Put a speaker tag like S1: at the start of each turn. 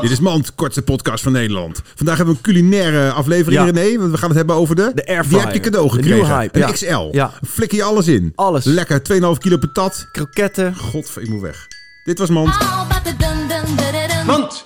S1: Dit is Mand, kortste podcast van Nederland. Vandaag hebben we een culinaire aflevering,
S2: Ja.
S1: René. Want we gaan het hebben over de...
S2: De
S1: Die
S2: airfryer.
S1: heb je cadeau
S2: De
S1: gekregen.
S2: nieuwe hype,
S1: Een
S2: ja.
S1: XL.
S2: Ja.
S1: Flikker je alles in.
S2: Alles.
S1: Lekker, 2,5 kilo patat.
S2: Kroketten.
S1: Godver, ik moet weg. Dit was Mand.
S3: All about the dun dun dun dun dun.